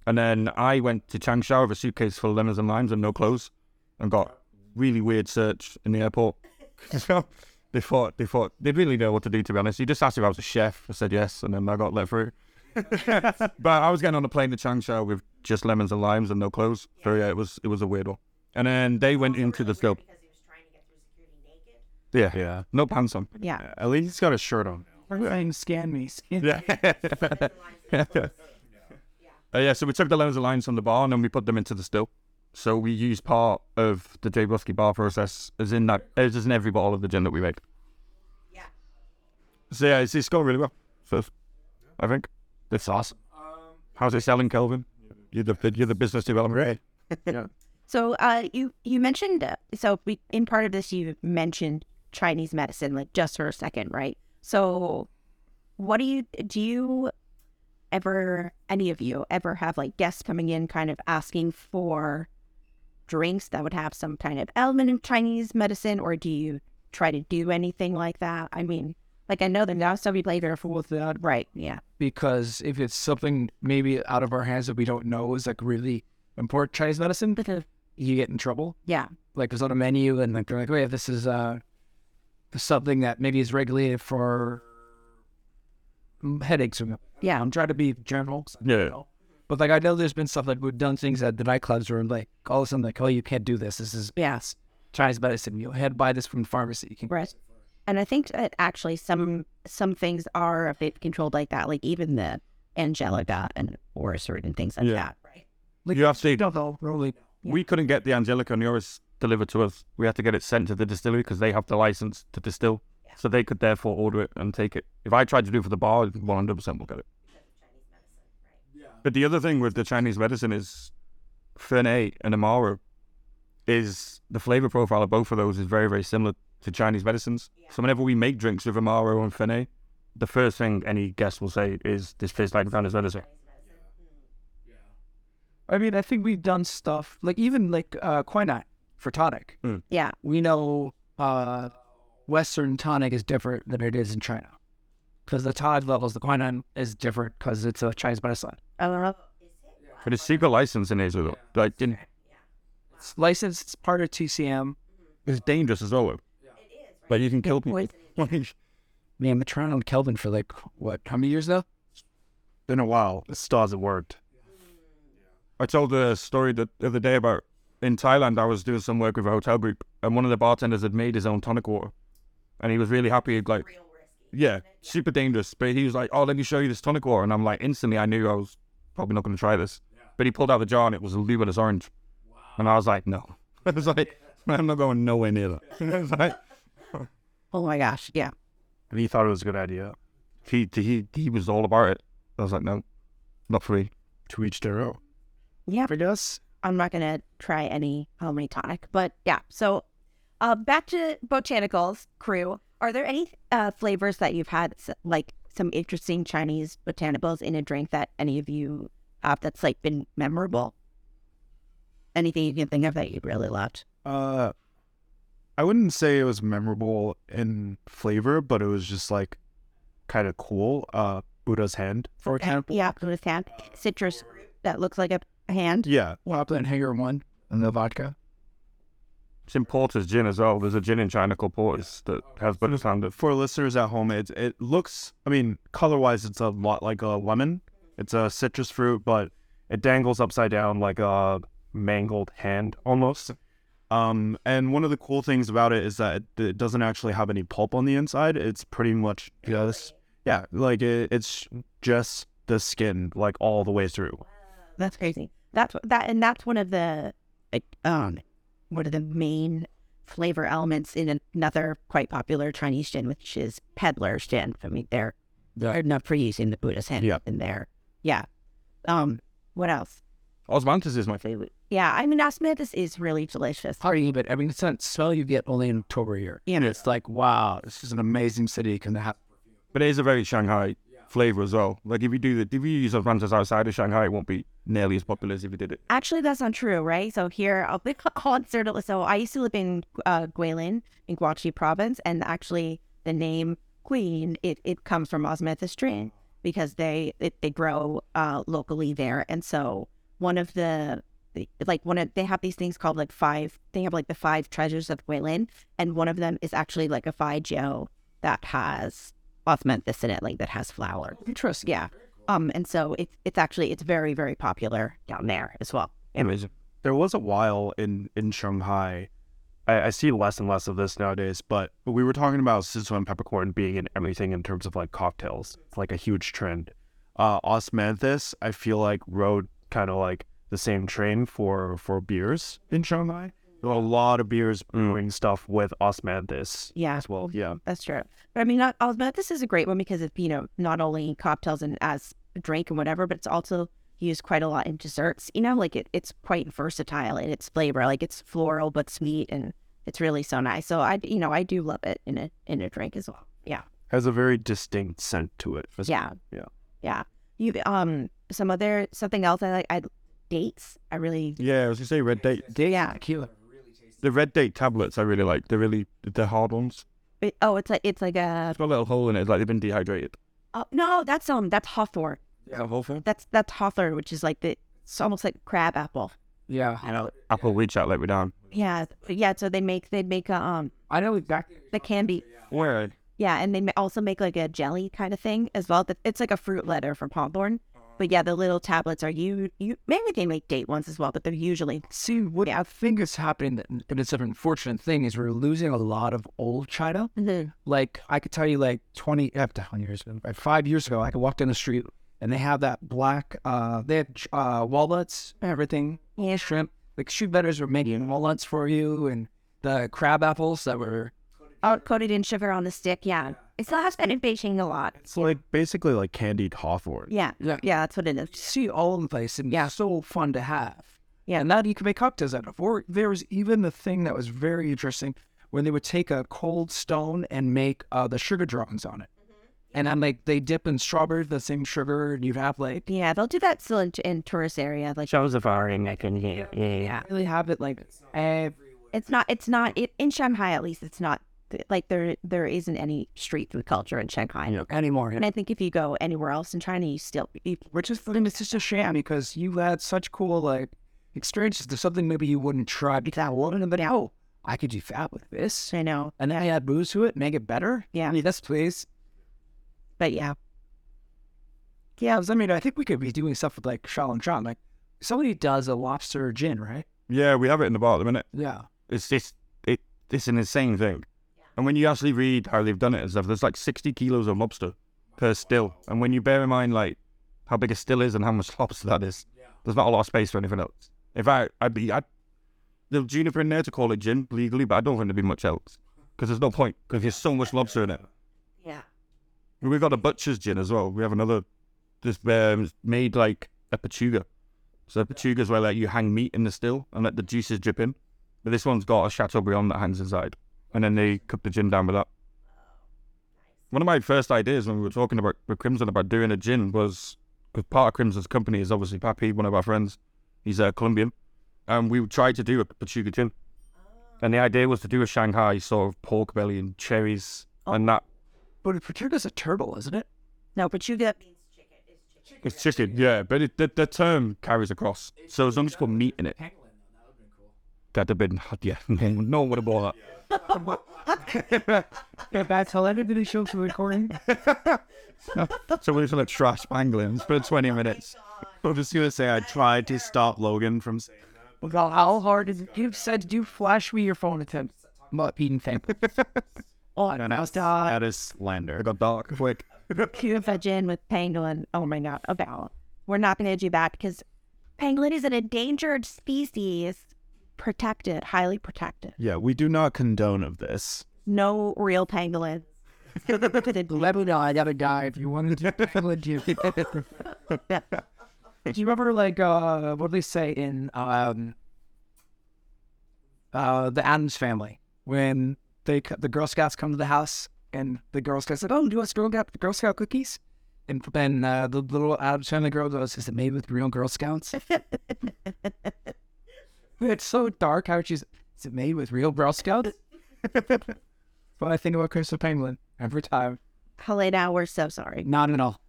Speaker 5: And then I went to Changsha with a suitcase full of lemons and limes and no clothes, and got really weird search in the airport. [laughs] so they thought they thought they really know what to do. To be honest, you just asked if I was a chef. I said yes, and then I got let through. [laughs] But I was getting on a plane to Changsha with just lemons and limes and no clothes. So yeah, it was it was a weird one. And then they went into the scope. Yeah,
Speaker 3: Yeah.
Speaker 5: no pants on.
Speaker 2: yeah.
Speaker 3: At least he's got a shirt on.
Speaker 4: Everything scan me. Scan
Speaker 5: Yeah. Uh, yeah, so we took the lemons and limes from the bar and then we put them into the still. So we use part of the Jay Brusky bar process as in that as is in every bottle of the gin that we make. Yeah. So yeah, it's, it's going really well. So I think that's awesome. How's it selling, Kelvin? You're the you're the business development. Right.
Speaker 2: So uh you you mentioned uh, so we in part of this you mentioned Chinese medicine like just for a second, right? So what do you do you ever any of you ever have like guests coming in kind of asking for drinks that would have some kind of element of Chinese medicine, or do you try to do anything like that? I mean, like I know that now somebody played there
Speaker 4: careful with that
Speaker 2: right, yeah, [laughs]
Speaker 4: because if it's something maybe out of our hands that we don't know is like really important Chinese medicine, you get in trouble.
Speaker 2: yeah,
Speaker 4: Like there's on a menu and like they're like, wait, this is uh something that maybe is regulated for mm, headaches. or-
Speaker 2: yeah,
Speaker 4: I'm trying to be general,
Speaker 5: Yeah.
Speaker 4: but like I know there's been stuff like we've done things at the nightclubs where like all of a sudden like, oh, you can't do this. This is
Speaker 2: yeah.
Speaker 4: Chinese medicine. You had to buy this from the pharmacy. You can
Speaker 2: Right. And I think that actually some some things are a bit controlled like that, like even the Angelica and or certain things like
Speaker 5: Yeah.
Speaker 2: that. Right.
Speaker 4: Like,
Speaker 5: You have to-
Speaker 4: don't know, really.
Speaker 5: We couldn't get the Angelica and Yoris delivered to us. We had to get it sent to the distillery because they have the license to distill. So they could therefore order it and take it. If I tried to do it for the bar, 100% will get it. But the other thing with the Chinese medicine is Fernet and Amaro is the flavor profile of both of those is very, very similar to Chinese medicines. So whenever we make drinks with Amaro and Fernet, the first thing any guest will say is, this tastes like Chinese medicine.
Speaker 4: I mean, I think we've done stuff like even like uh, quinine for tonic.
Speaker 2: Yeah.
Speaker 4: we know uh, Western tonic is different than it is in China because the tide levels, the quinine is different because it's a Chinese medicine.
Speaker 2: Uh,
Speaker 5: But it's secret license in Israel. Like, didn't,
Speaker 4: It's licensed, it's part of TCM.
Speaker 5: It's dangerous as well. Like you can kill people. [laughs]
Speaker 4: Man, I've been trying on Kelvin for like what, how many years now?
Speaker 3: Been a while. It still hasn't worked.
Speaker 5: I told a story the the other day about in Thailand. I was doing some work with a hotel group, and one of the bartenders had made his own tonic water, and he was really happy. He'd Like, yeah, super dangerous. But he was like, "Oh, let me show you this tonic water," and I'm like, instantly, I knew I was probably not going to try this. But he pulled out the jar, and it was a luminous orange, and I was like, "No," [laughs] I was like, "I'm not going nowhere near that." [laughs] I was like,
Speaker 2: Oh my gosh. Yeah.
Speaker 3: And he thought it was a good idea.
Speaker 5: he he he was all about it. I was like, "No." Not for me.
Speaker 3: To each their own.
Speaker 2: Yeah.
Speaker 3: I guess.
Speaker 2: I'm not gonna try any homemade tonic, but yeah. So, uh, back to botanicals crew. Are there any uh, flavors that you've had s- like some interesting Chinese botanicals in a drink that any of you have that's like been memorable? Anything you can think of that you really loved?
Speaker 3: Uh, I wouldn't say it was memorable in flavor, but it was just like kind of cool. Uh, Buddha's hand.
Speaker 4: For example,
Speaker 2: Yeah, with hand citrus that looks like a hand.
Speaker 3: Yeah,
Speaker 4: Wobbling Hanger 1 and the vodka.
Speaker 5: It's in Porter's gin as well. There's a gin in China called Porter's that has better standard.
Speaker 3: for listeners at home, it it looks. I mean, color wise, it's a lot like a lemon. It's a citrus fruit, but it dangles upside down like a mangled hand almost. Um, and one of the cool things about it is that it, it doesn't actually have any pulp on the inside. It's pretty much just yeah, like it, it's just the skin, like all the way through.
Speaker 2: That's crazy. That's wh- that, and that's one of the like, um, one of the main flavor elements in an- another quite popular Chinese gin, which is peddler's gin. I mean, they're they're not for using the Buddha's hand
Speaker 3: Yeah.
Speaker 2: in there. Yeah. Um. What else?
Speaker 5: Osmanthus is my favorite.
Speaker 2: Yeah. I mean, Asmithis is really delicious.
Speaker 4: Hard to eat, but I mean, it's that smell you get only in October here. And it's like, wow, this is an amazing city. Can have
Speaker 5: But it is a very Shanghai flavor as well. Like if you do the if you use Osmanthus outside of Shanghai, it won't be nearly as popular as if you did it.
Speaker 2: Actually, that's not true, right? So here, I'll be [laughs] on Cerdo. So I used to live in uh, Guilin in Guangxi province, and actually, the name Queen it, it comes from Osmanthus Drain because they it, they grow uh, locally there, and so one of the the- like one of they have these things called like five they have like the five treasures of Guilin, and one of them is actually like a Fai Jiao that has osmanthus in it, like that has flour.
Speaker 4: Interesting.
Speaker 2: Yeah. Um, and so it's it's actually it's very very popular down there as well.
Speaker 5: Amazing.
Speaker 3: there was a while in in Shanghai. I, I see less and less of this nowadays, but we were talking about Sichuan peppercorn being in everything in terms of like cocktails. It's like a huge trend. Uh, Osmanthus, I feel like rode kind of like the same train for for beers in Shanghai. There were a lot of beers
Speaker 6: Mm.
Speaker 3: brewing stuff with Osmanthus
Speaker 2: Yeah,
Speaker 3: as well. Yeah,
Speaker 2: that's true. But I mean, not, I'll admit this is a great one because it's you know not only cocktails and as a drink and whatever, but it's also used quite a lot in desserts. You know, like it, it's quite versatile in its flavor. Like it's floral but sweet, and it's really so nice. So I you know I do love it in a in a drink as well. Yeah,
Speaker 3: has a very distinct scent to it.
Speaker 2: yeah,
Speaker 3: yeah.
Speaker 2: yeah. You um some other something else I like I dates. I really
Speaker 5: Yeah, I was gonna say red date.
Speaker 2: yeah.
Speaker 4: Tequila.
Speaker 5: The red date tablets I really like. They're really they're hard ones.
Speaker 2: It- oh, it's like it's like a
Speaker 5: It's got a little hole in it, it's like they've been dehydrated.
Speaker 2: oh, no. That's um that's hawthorn.
Speaker 5: Yeah, whole thing.
Speaker 2: That's that's hawthorn, which is like the it's almost like crab apple.
Speaker 4: Yeah.
Speaker 2: I don't.
Speaker 5: Apple reach out let me down.
Speaker 2: Yeah, yeah. So they make they make a um
Speaker 4: I know exactly.
Speaker 2: the candy.
Speaker 5: Where?
Speaker 2: Yeah, and they ma- also make like a jelly kind of thing as well. That it's like a fruit letter from Hawthorne. But yeah, the little tablets are you you maybe they make date ones as well, but they're usually
Speaker 4: See, what
Speaker 2: Yeah.
Speaker 4: I think is happening, that- and it's an unfortunate thing, is we're losing a lot of old China.
Speaker 2: Mm-hmm.
Speaker 4: Like, I could tell you, like, 20, uh, 20 years, uh, five years ago, I could walk down the street and they have that black, uh, they had uh, walnuts, everything,
Speaker 2: yeah.
Speaker 4: shrimp. Like, shoe vendors were making walnuts for you and the crab apples that were,
Speaker 2: Oh, coated in sugar on the stick. Yeah, it still has been in Beijing a lot.
Speaker 3: It's like basically like candied hawthorn.
Speaker 2: Yeah, yeah,
Speaker 4: Yeah.
Speaker 2: that's what it is.
Speaker 4: see all in the place and yeah, so fun to have.
Speaker 2: Yeah.
Speaker 4: And now you can make cocktails out of. Or there was even the thing that was very interesting when they would take a cold stone and make uh, the sugar droppings on it.
Speaker 2: Mm-hmm.
Speaker 4: And I'm like, they dip in strawberry, the same sugar, and you'd have like,
Speaker 2: Yeah, they'll do that still in, in tourist area. Like
Speaker 6: Shows of our in yeah, yeah, yeah.
Speaker 4: really have it like, eh,
Speaker 2: it's not it's not it, in Shanghai at least. It's not like there there isn't any street food culture in Shanghai.
Speaker 4: anymore.
Speaker 2: And I think if you go anywhere else in China, you still you,
Speaker 4: Which is, and it's just a shame because you had such cool like experiences to something maybe you wouldn't try because I wouldn't, but oh, I could do that with this.
Speaker 2: I know,
Speaker 4: And then I add booze to it, make it better.
Speaker 2: Yeah.
Speaker 4: Yes, please.
Speaker 2: but yeah,
Speaker 4: Yeah, 'cause I mean, I think we could be doing stuff with like Shaolin John. Like somebody does a lobster gin, right?
Speaker 5: Yeah, we have it in the bar at the minute.
Speaker 4: Yeah.
Speaker 5: It's just it it's an insane thing. And when you actually read how they've done it and stuff, there's like sixty kilos of lobster per still. And when you bear in mind like how big a still is and how much [laughs] lobster that is, there's not a lot of space for anything else. In fact, I'd be I'd there's juniper in there to call it gin legally, but I don't think there'd be much else because there's no point because there's so much lobster in it.
Speaker 2: yeah,
Speaker 5: We've got a butcher's gin as well. We have another just um, made like a pachuga. So pachugas where like you hang meat in the still and let the juices drip in. But this one's got a chateaubriand that hangs inside, and then they cook the gin down with that. One of my first ideas when we were talking about with Crimson about doing a gin was because part of Crimson's company is obviously Pappy, one of our friends. He's a Colombian, and we tried to do a pachuga gin. And the idea was to do a Shanghai sort of pork belly and cherries and that.
Speaker 7: But a Pachuca's a turtle, isn't it?
Speaker 2: No, pachuga means chicken.
Speaker 5: It's chicken, yeah, but it, the, the term carries across. So as long as you put meat in it. That'd have been, yeah, [laughs] no one- no one would have bought that.
Speaker 4: Yeah, that's how did the show for recording.
Speaker 5: So we're just like trash banglings for 20 minutes.
Speaker 3: I'm just gonna say I tried to stop Logan from saying.
Speaker 4: [laughs] Well, how hard is it? You said you flash me your phone attempt. Not beating thing. [laughs] Oh, I don't know. Stop.
Speaker 3: That is slander.
Speaker 5: It got dark quick.
Speaker 2: Cuba gin with pangolin. Oh my god, a vowel. We're not going to do that because pangolin is an endangered species, protected, highly protected.
Speaker 3: Yeah, we do not condone of this.
Speaker 2: No real pangolin. [laughs]
Speaker 4: Let me know. I gotta uh, die if you wanted to. Let [laughs] you. Do you remember like uh, what do they say in um, uh, the Adams Family when they co- the Girl Scouts come to the house and the Girl Scouts said, "Oh, do you want Girl Scout Girl Scout cookies?" And then uh, the little Adams Family girl goes, "Is it made with real Girl Scouts?" it's so dark how she's. Is it made with real Girl Scouts? But I think about Crystal Penguin every time.
Speaker 2: Helena, we're so sorry.
Speaker 4: Not at all.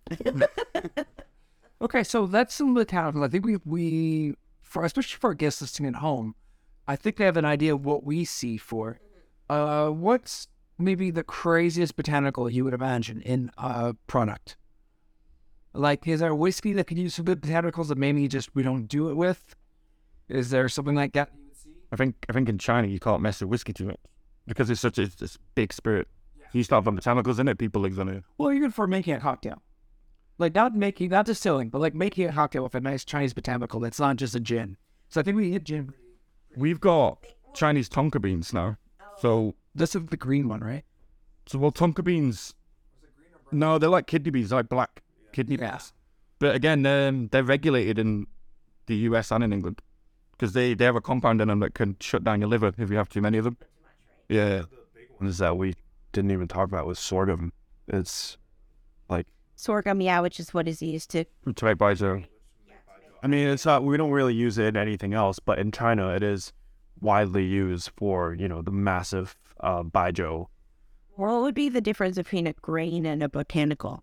Speaker 4: [laughs] okay, so that's some of the talent. I think we we for especially for our guests listening at home, I think they have an idea of what we see for. Uh, what's maybe the craziest botanical you would imagine in a product? Like, is there a whiskey that could use some good botanicals that maybe just we don't do it with? Is there something like that?
Speaker 5: I think I think in China you can't mess with whiskey too much because it's such a it's this big spirit. You start having botanicals in it, people live on it.
Speaker 4: Well, even for making a cocktail, like not making, not distilling, but like making a cocktail with a nice Chinese botanical that's not just a gin. So I think we hit gin.
Speaker 5: We've got Chinese tonka beans now. So
Speaker 4: This is the green one, right?
Speaker 5: So, well, tonka beans. No, they're like kidney beans, like black kidney
Speaker 4: Yeah.
Speaker 5: beans. But again, um, they're regulated in the US and in England because they, they have a compound in them that can shut down your liver if you have too many of them. Yeah.
Speaker 3: One is that we didn't even talk about was sorghum. It's like
Speaker 2: Sorghum, yeah, which is what is used to.
Speaker 5: To make Baijiu.
Speaker 3: I mean, it's not we don't really use it in anything else, but in China it is widely used for you know the massive uh, baijiu.
Speaker 2: What would be the difference between a grain and a botanical?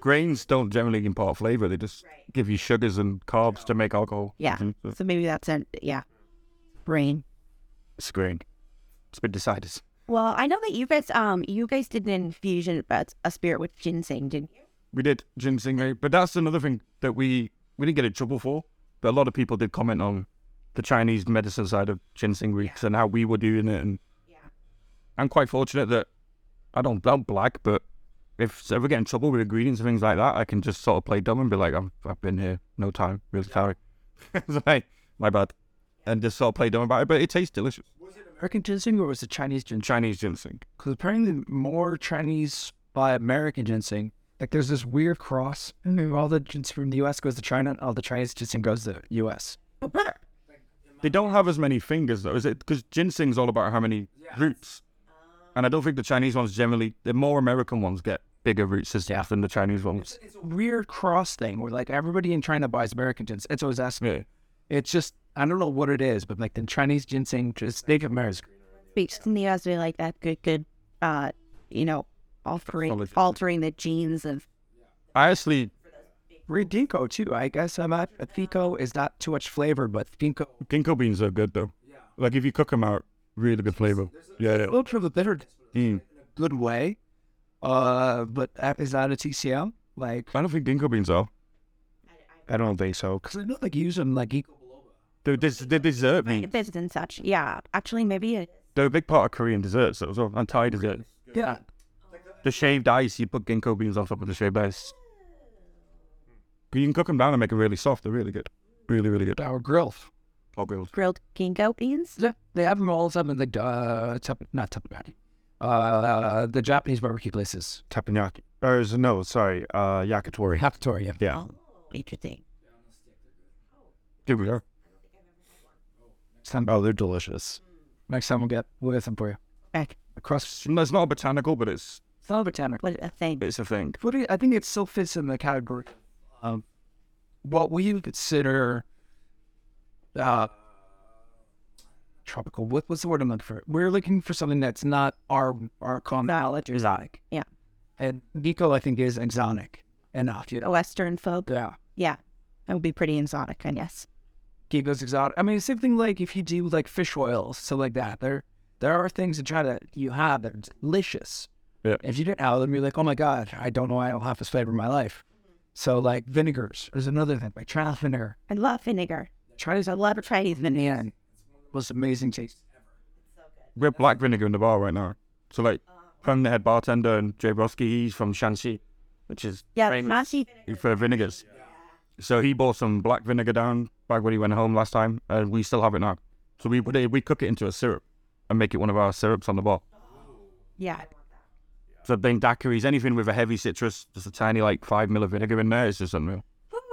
Speaker 5: Grains don't generally impart flavor, they just give you sugars and carbs to make alcohol.
Speaker 2: Yeah.
Speaker 5: Mhm. So
Speaker 2: So maybe that's a yeah, grain.
Speaker 5: It's grain. It's been decided.
Speaker 2: Well, I know that you guys, um, you guys did an infusion, but a spirit with ginseng, didn't you?
Speaker 5: We did ginseng, right? but that's another thing that we we didn't get in trouble for. But a lot of people did comment on the Chinese medicine side of ginseng roots and how we were doing it. And I'm quite fortunate that I don't don't black, but if I ever get in trouble with ingredients and things like that, I can just sort of play dumb and be like, I'm, "I've been here, no time, really sorry." [laughs] it's like my bad, and just sort of play dumb about it. But it tastes delicious.
Speaker 4: American ginseng or was it Chinese ginseng?
Speaker 5: Chinese ginseng.
Speaker 4: Because apparently more Chinese by American ginseng. Like there's this weird cross. All the ginseng from the U.S. goes to China, and all the Chinese ginseng goes to the U.S.
Speaker 2: [laughs]
Speaker 5: They don't have as many fingers though, is it? Because ginseng's all about how many roots, and I don't think the Chinese ones generally. The more American ones get bigger root systems than the Chinese ones.
Speaker 4: It's a weird cross thing where like everybody in China buys American ginseng. It's always asking. It's just I don't know what it is, but like the Chinese ginseng just think of American.
Speaker 2: Speaks to me as we like that good, good, uh, you know, altering,
Speaker 5: Solid.
Speaker 2: altering the genes of
Speaker 5: I actually
Speaker 4: Read ginkgo too. I guess I'm at ginkgo is not too much flavor, but ginkgo
Speaker 5: ginkgo beans are good though. Like if you cook them out, really good flavor. Yeah.
Speaker 4: a little bit of a bitter,
Speaker 5: Mm.
Speaker 4: good way. Uh, but that is that a TCM? Like,
Speaker 5: I don't think ginkgo beans are.
Speaker 3: I don't think so.
Speaker 4: because I know like use them like ginkgo.
Speaker 5: They're, des- they're dessert meat.
Speaker 2: this and such. Yeah, actually, maybe it.
Speaker 5: They're a big part of Korean desserts as well, and Thai desserts.
Speaker 4: Yeah,
Speaker 5: The shaved ice, you put ginkgo beans on top of the shaved ice.
Speaker 4: Hmm.
Speaker 5: You can cook them down and make them really soft. They're really good. Really, really good.
Speaker 4: our grill.
Speaker 5: Hot grilled.
Speaker 2: grilled ginkgo beans.
Speaker 4: Yeah, they have them all the time in the uh, tep- not tep- uh, the uh, Japanese barbecue places.
Speaker 5: Teppanyaki.
Speaker 3: Or is, no, sorry, uh, Yakitori.
Speaker 1: Cafeteria.
Speaker 3: Yeah.
Speaker 2: Oh, interesting.
Speaker 5: Here we are.
Speaker 3: Oh, they're delicious.
Speaker 4: Next time we'll get we'll get some for you.
Speaker 2: Okay.
Speaker 4: Across
Speaker 5: No, it's not a botanical, but it's
Speaker 4: it's not a botanical.
Speaker 2: What a thing.
Speaker 5: it's a thing.
Speaker 4: What do you- I think it still fits in the category. Um, what we would consider uh, tropical. What, what's the word I'm looking for? We're looking for something that's not our our common knowledge. Exotic.
Speaker 2: Yeah.
Speaker 4: And Nico, I think, is exotic enough. You know.
Speaker 2: Western folk.
Speaker 4: Yeah.
Speaker 2: Yeah. That would be pretty exotic, I guess.
Speaker 4: Gigo's exotic. I mean, same thing like if you do like fish oils, so like that. There, there are things in China that you have that are delicious.
Speaker 5: Yeah.
Speaker 4: If you didn't have them, you're like, oh my god, I don't know, I don't have this flavor in my life. So like vinegars is another thing, like China vinegar.
Speaker 2: I love vinegar.
Speaker 4: China's
Speaker 2: I love Chinese vinegar.
Speaker 4: man was amazing taste.
Speaker 5: We have black vinegar in the bar right now. So like, I'm the head bartender, and Jay Broski, he's from Shanxi, which is
Speaker 2: Yeah,
Speaker 5: famous
Speaker 2: Shanxi
Speaker 5: for vinegars. So he bought some black vinegar down back when he went home last time, and we still have it now. So we put it, we cook it into a syrup and make it one of our syrups on the bar.
Speaker 2: Yeah.
Speaker 5: So then daiquiris, anything with a heavy citrus, just a tiny like five mil of vinegar in there, it's just unreal.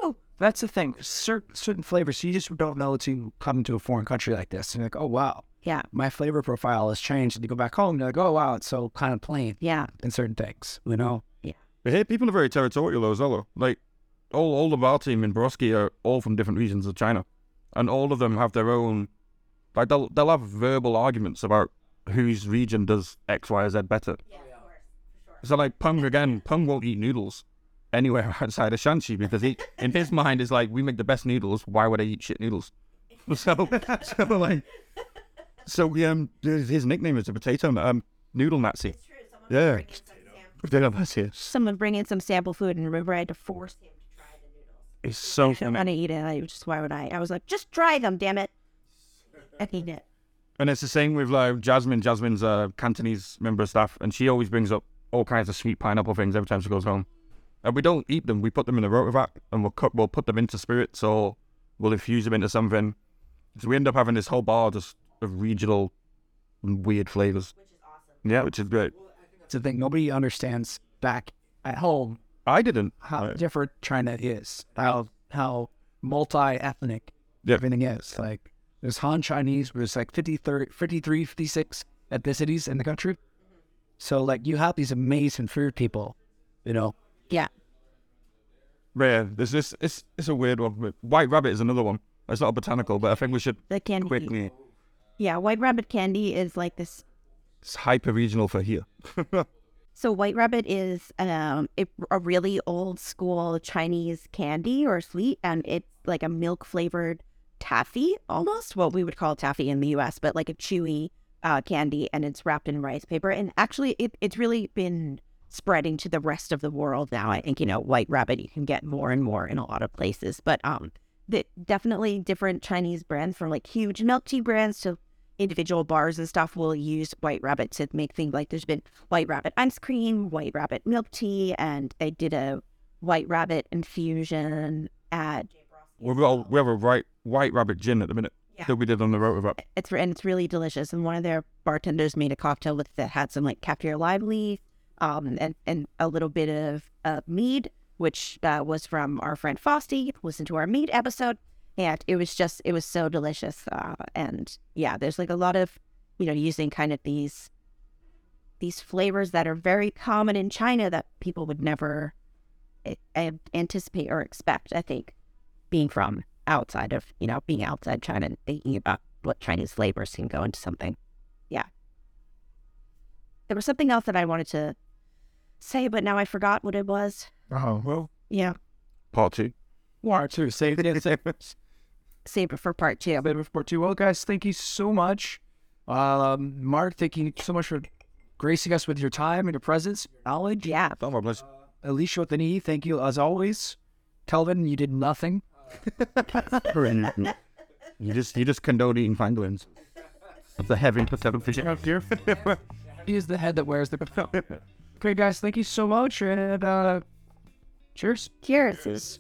Speaker 2: Oh,
Speaker 4: That's the thing. Certain certain flavors you just don't know until you come to a foreign country like this. And you're like, oh wow,
Speaker 2: Yeah.
Speaker 4: my flavor profile has changed. And you go back home, and you're like, oh wow, it's so kind of plain
Speaker 2: Yeah.
Speaker 4: in certain things. You know,
Speaker 5: But here, people are very territorial though as well. though. Like, all, all of our team in Broski are all from different regions of China. And all of them have their own, like, they'll, they'll have verbal arguments about whose region does X, Y, or Z better. So, like, Pung again, Pung won't eat noodles anywhere [laughs] outside of Shanxi because he, in his mind, is like, we make the best noodles. Why would I eat shit noodles? [laughs] So, so like, so um, his his nickname is a potato, um, noodle Nazi. Yeah. Potato Nazi.
Speaker 2: Someone bring in some sample food and remember I had to force him.
Speaker 5: It's so
Speaker 2: I don't want to eat it. I just, why would I? I was like, just try them, damn it. [laughs] And he did.
Speaker 5: And it's the same with like Jasmine. Jasmine's a Cantonese member of staff, and she always brings up all kinds of sweet pineapple things every time she goes home. And we don't eat them; we put them in a rotovac, and we'll cut, we'll put them into spirits, or we'll infuse them into something. So we end up having this whole bar just of regional weird flavors. Which is awesome. Yeah, which is great.
Speaker 4: it's a thing nobody understands back at home
Speaker 5: I didn't.
Speaker 4: how
Speaker 5: I-
Speaker 4: different China is, how how multi-ethnic
Speaker 5: Yeah.
Speaker 4: everything is. Like there's Han Chinese, there's like 53, 53, 56 ethnicities in the country. So like you have these amazing food people, you know.
Speaker 2: Yeah.
Speaker 5: Yeah, there's this. It's it's a weird one. but White rabbit is another one. It's not a botanical, but I think we should
Speaker 2: The candy.
Speaker 5: quickly.
Speaker 2: Yeah. White rabbit candy is like this.
Speaker 5: It's hyper regional for here.
Speaker 2: So white rabbit is um, a, a really old school Chinese candy or sweet, and it's like a milk flavored taffy, almost what we would call taffy in the U.S., but like a chewy uh, candy, and it's wrapped in rice paper. And actually, it, it's really been spreading to the rest of the world now. I think you know white rabbit you can get more and more in a lot of places, but um, the, definitely different Chinese brands from like huge milk tea brands to individual bars and stuff will use white rabbit to make things like there's been white rabbit ice cream, white rabbit milk tea, and they did a white rabbit infusion at
Speaker 5: We've all, we have a right, white rabbit gin at the minute that we did on the rotovac.
Speaker 2: it's and it's really delicious. And one of their bartenders made a cocktail with that had some like kaffir live leaf, um, and and a little bit of uh, mead, which uh, was from our friend Fosty. Listen to our mead episode, and it was just it was so delicious. Uh, and yeah, there's like a lot of you know using kind of these these flavors that are very common in China that people would never a- a- anticipate or expect. I think being from outside of you know being outside China and thinking about what Chinese flavors can go into something. Yeah. There was something else that I wanted to say, but now I forgot what it was.
Speaker 3: Oh, well.
Speaker 2: Yeah,
Speaker 5: Part two.
Speaker 4: One or two, save it, save it.
Speaker 2: save it for part two.
Speaker 4: Bit of part two. Well, guys, thank you so much. Um, Mark, thank you so much for gracing us with your time and your presence, knowledge.
Speaker 2: Yeah,
Speaker 5: Oh, my bless.
Speaker 4: Alicia with an E, thank you as always. Kelvin, you did nothing.
Speaker 5: You just you just condone eating pangolins. Of the heaven to seven fish.
Speaker 4: He is the head that [laughs] wears the. okay, guys, thank you so much, and uh, cheers.
Speaker 2: cheers.